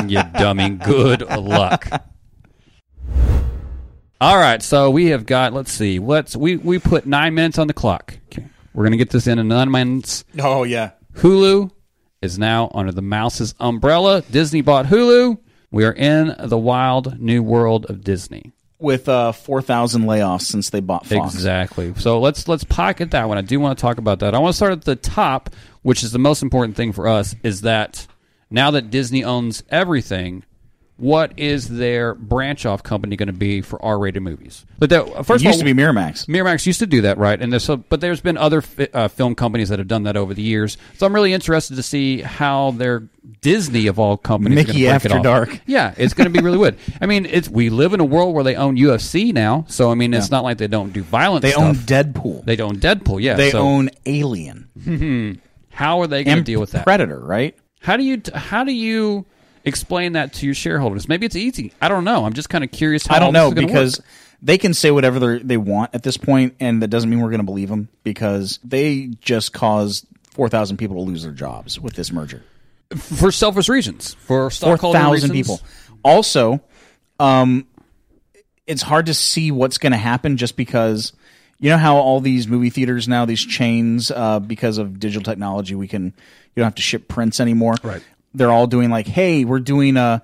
you dummy. Good luck." All right, so we have got. Let's see. What's we we put nine minutes on the clock. Okay, we're gonna get this in in nine minutes. Oh yeah, Hulu is now under the mouse's umbrella. Disney bought Hulu. We are in the wild new world of Disney. with uh, four thousand layoffs since they bought Fox. Exactly. So let's let's pocket that one. I do want to talk about that. I want to start at the top, which is the most important thing for us, is that now that Disney owns everything, what is their branch off company going to be for R-rated movies? But that, It first used of to all, be Miramax. Miramax used to do that, right? And there's so, but there's been other fi- uh, film companies that have done that over the years. So I'm really interested to see how their Disney of all companies is Mickey gonna break After it off. Dark. Yeah, it's going to be really good. I mean, it's we live in a world where they own UFC now, so I mean, it's not like they don't do violent. They stuff. own Deadpool. They own Deadpool. Yeah. They so own Alien How are they going to and deal with that? Predator, right? How do you? How do you? Explain that to your shareholders. Maybe it's easy. I don't know. I'm just kind of curious. How I don't all this know is gonna because work. they can say whatever they're- they want at this point, and that doesn't mean we're going to believe them because they just caused four thousand people to lose their jobs with this merger. for selfish reasons, for Four stockholder reasons. thousand people. Also, um, it's hard to see what's going to happen just because you know how all these movie theaters now, these chains, uh, because of digital technology, we can you don't have to ship prints anymore. Right. They're all doing like, hey, we're doing a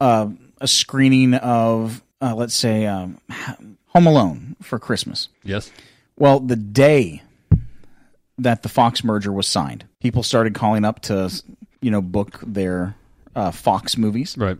a, a screening of uh, let's say um, Home Alone for Christmas. Yes. Well, the day that the Fox merger was signed, people started calling up to, you know, book their uh, Fox movies, Right.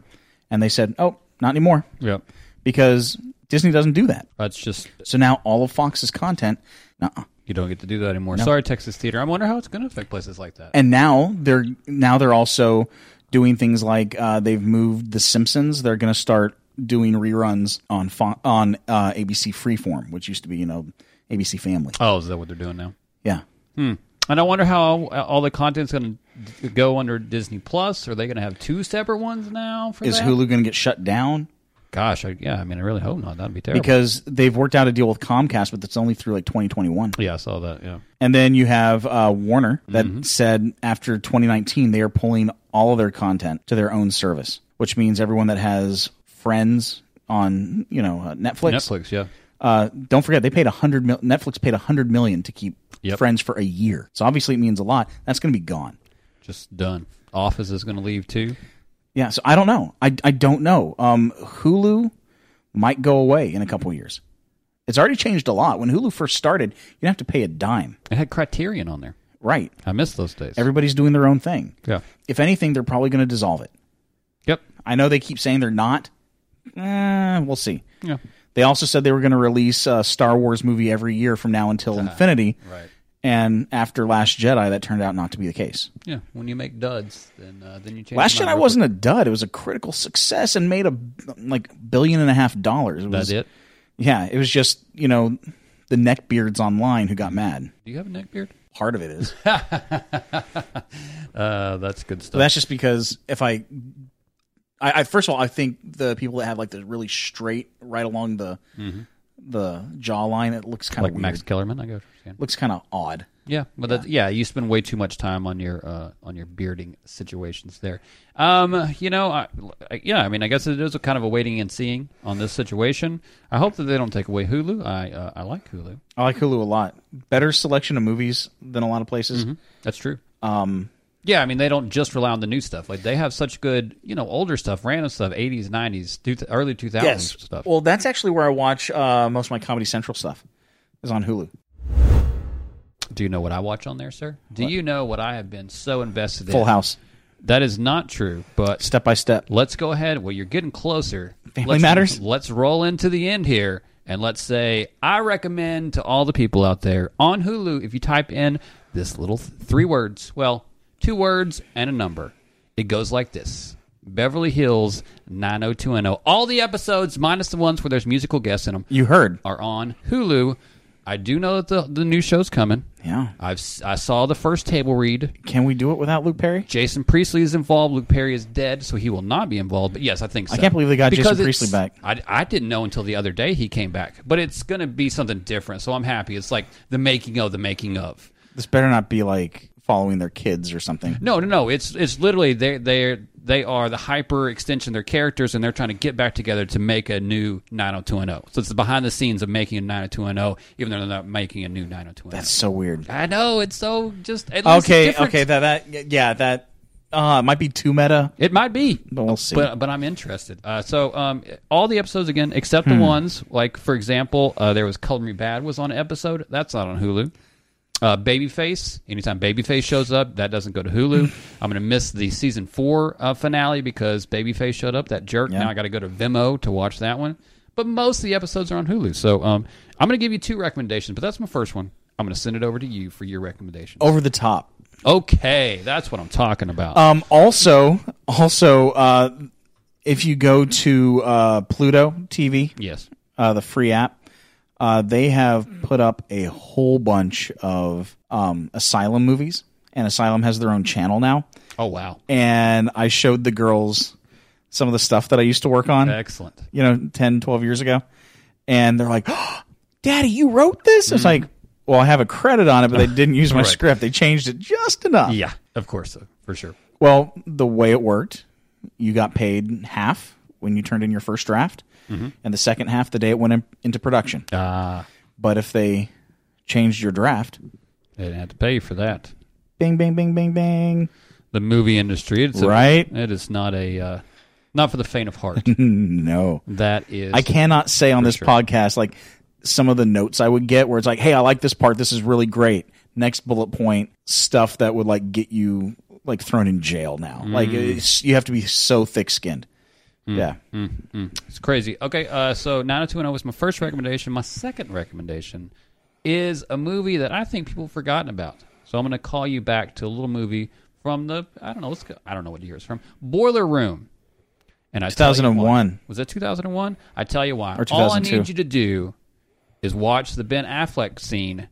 and they said, "Oh, not anymore," Yep. because Disney doesn't do that. That's just So now all of Fox's content, nuh-uh. you don't get to do that anymore. Sorry, Texas theater. I wonder how it's going to affect places like that. and now they're now they're also doing things like uh, they've moved The Simpsons. They're going to start doing reruns on Fo- on uh, ABC Freeform, which used to be you know ABC Family. oh, is that what they're doing now? Yeah. And I wonder how uh, all the content's going to go under Disney Plus. Are they going to have two separate ones now? For Is that? Hulu going to get shut down? Gosh, I, yeah. I mean, I really hope not. That'd be terrible. because they've worked out a deal with Comcast, but it's only through like 2021. yeah, I saw that. Yeah. And then you have uh, Warner that said after 2019 they are pulling all of their content to their own service, which means everyone that has Friends on you know uh, Netflix. Netflix. Yeah. Uh, don't forget they paid 100 mil- Netflix paid 100 million to keep Yep. Friends for a year. So obviously it means a lot. That's going to be gone. Just done. Office is going to leave too. Yeah. So I don't know. I I don't know. Um, Hulu might go away in a couple of years. It's already changed a lot. When Hulu first started, you didn't have to pay a dime. It had Criterion on there. Right. I miss those days. Everybody's doing their own thing. yeah. If anything, they're probably going to dissolve it. Yep. I know they keep saying they're not. Eh, we'll see. Yeah. They also said they were going to release a Star Wars movie every year from now until infinity. Right. And after Last Jedi, that turned out not to be the case. Yeah. When you make duds, then uh, then you change. Last your mind Jedi real wasn't a dud; it was a critical success and made a like billion and a half dollars. It quick. was, That's it. Yeah, it was just you know the neckbeards online who got mad. Do you have a neck beard? Part of it is Uh, that's good stuff. But that's just because if I, I, I first of all, I think the people that have like the really straight right along the the jawline, it looks kind Mm-hmm. like of weird. Max Kellerman. I go. Looks kind of odd. Yeah, but yeah. That, yeah, you spend way too much time on your uh, on your bearding situations there. Um, you know, I, I- yeah, I mean, I guess it is a kind of a waiting and seeing on this situation. I hope that they don't take away Hulu. I uh, I like Hulu. I like Hulu a lot. Better selection of movies than a lot of places. That's true. Um, yeah, I mean, they don't just rely on the new stuff. Like they have such good, you know, older stuff, random stuff, eighties, nineties, early two thousands stuff. Well, that's actually where I watch uh, most of my Comedy Central stuff. Is on Hulu. Do you know what I watch on there, sir? Do you know what I have been so invested in? Full House, That is not true, but Step by Step. let's go ahead. Well, you're getting closer. Family let's, matters? Let's roll into the end here. And let's say I recommend to all the people out there on Hulu if you type in this little th- three words, well, two words and a number. It goes like this. Beverly Hills 90210. All the episodes, minus the ones where there's musical guests in them, You heard. are on Hulu. I do know that the, the new show's coming. Yeah. I've s- I saw the first table read. Can we do it without Luke Perry? Jason Priestley is involved. Luke Perry is dead, so he will not be involved. But yes, I think so. I can't believe they got Jason Priestley back. I, I didn't know until the other day he came back. But it's going to be something different, so I'm happy. It's like the making of the making of. This better not be like following their kids or something. No, no, no. It's it's literally they they they are the hyper extension of their characters, and they're trying to get back together to make a new 90210. So it's the behind the scenes of making a 90210, even though they're not making a new 90210. That's so weird. I know it's so just at least Okay, it's different. okay, that that yeah, that uh it might be too meta, It might be. but we'll see. But but I'm interested. Uh, so um, all the episodes again, except the ones like for example, uh, there was Color Me Bad was on an episode that's not on Hulu. Uh, Babyface. Anytime Babyface shows up, that doesn't go to Hulu. I'm going to miss the season four uh, finale because Babyface showed up. That jerk. Now I got to go to Vimeo to watch that one. But most of the episodes are on Hulu. So um, I'm going to give you two recommendations. But that's my first one. I'm going to send it over to you for your recommendation. Over the top. Okay, that's what I'm talking about. Oh. Um also also uh if you go to uh Pluto TV, yes. uh, the free app. Uh, they have put up a whole bunch of um, Asylum movies, and Asylum has their own channel now. Oh wow. And I showed the girls some of the stuff that I used to work on, Excellent. you know, 10, 12 years ago. And they're like, oh, Daddy, you wrote this? It's like, well, I have a credit on it, but they didn't use my Mm-hmm. Right. script. They changed it just enough. Yeah, of course, so, for sure. Well, the way it worked, you got paid half when you turned in your first draft, Mm-hmm. and the second half the day it went in, into production. Uh, But if they changed your draft, they didn't have to pay for that. bing, bing, bing, bing, bing. The movie industry, it's a- Right? it is not a uh, not for the faint of heart. No. that is, I cannot say on this podcast, like, some of the notes I would get where it's like, hey, I like this part. This is really great. Next bullet point, stuff that would, like, get you, like, thrown in jail now. Like, Mm. it's, you have to be so thick skinned. Yeah. it's crazy. Okay, uh, so 90210 was my first recommendation. My second recommendation is a movie that I think people have forgotten about. So I'm going to call you back to a little movie from the I don't know, let's go, I don't know what year it's from. Boiler Room. And I tell you why. 2001. Was that 2001? I tell you why. Or All I 2002. need you to do is watch the Ben Affleck scene,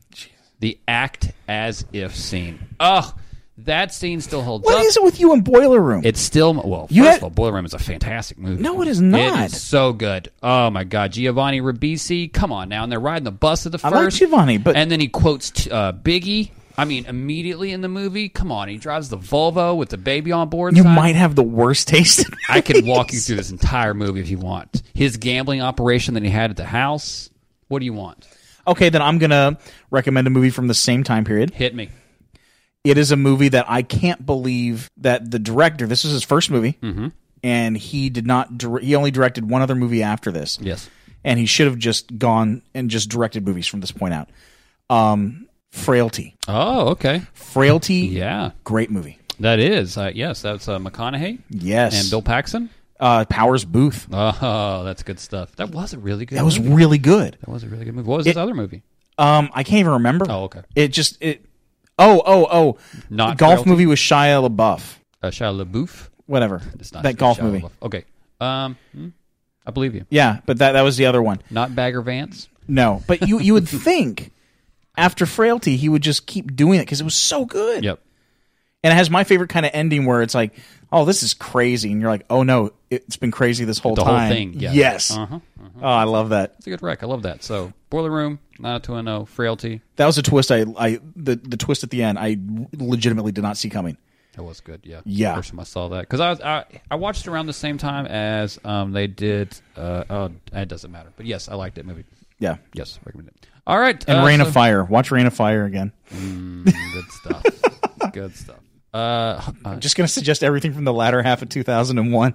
the act as if scene. Oh, that scene still holds What up. is it with you in Boiler Room? It's still well. First You had- of all, Boiler Room is a fantastic movie. No, it is not. It is so good. Oh my God, Giovanni Ribisi, come on now! And they're riding the bus at the I first. like Giovanni, but- and then he quotes t- uh, Biggie. I mean, immediately in the movie, come on, he drives the Volvo with the baby on board. you side. might have the worst taste. in I could walk you through this entire movie if you want. His gambling operation that he had at the house. What do you want? Okay, then I'm going to recommend a movie from the same time period. Hit me. It is a movie that I can't believe that the director, this is his first movie, Mm-hmm. and he did not, dir- he only directed one other movie after this. Yes. And he should have just gone and just directed movies from this point out. Um, Frailty. Oh, okay. Frailty, Yeah, great movie. that is. Uh, yes, that's uh, McConaughey Yes. and Bill Paxton. uh, Powers Booth. Oh, that's good stuff. That was a really good. That was movie. really good. that was a really good movie. What was this other movie? Um, I can't even remember. Oh, okay. It just, it, oh, oh, oh. Not The golf Frailty. movie with Shia LaBeouf. Uh, Shia LaBeouf. Whatever. It's not that golf Shia movie. LaBeouf. Okay. Um, hmm, I believe you. Yeah, but that, that was the other one. Not Bagger Vance. No, but you you would think after frailty he would just keep doing it because it was so good. Yep. And it has my favorite kind of ending where it's like, oh, this is crazy, and you're like, oh no, it's been crazy this whole The whole time. thing, yeah. Yes. Uh-huh, Oh, I love that. It's a good wreck. I love that. So Boiler Room, 90210, Frailty. That was a twist. I I the the twist at the end. I legitimately did not see coming. That was good. Yeah. Yeah. First time I saw that because I, was- I I watched around the same time as um they did. Uh, oh, it doesn't matter. But yes, I liked that movie. Yeah. Yes, recommend it. All right. And uh, Rain so- of Fire. Watch Rain of Fire again. Good stuff. good stuff. Uh, uh, I'm just gonna suggest everything from the latter half of 2001.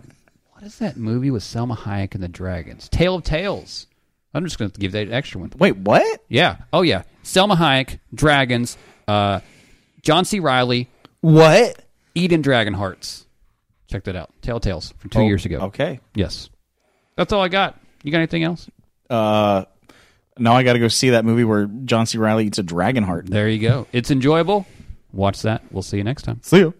what is that movie with Selma Hayek and the dragons? Tale of Tales. I'm just going to give that an extra one. Wait, what? Yeah. Oh yeah. Selma Hayek, dragons. Uh, John C. Riley, What? Eden Dragon Hearts. Check that out. Tale of Tales from two Two years ago. Oh, Okay. Yes. That's all I got. You got anything else? Uh, now I got to go see that movie where John C. Riley eats a dragon heart. There you go. It's enjoyable. Watch that. We'll see you next time. See you.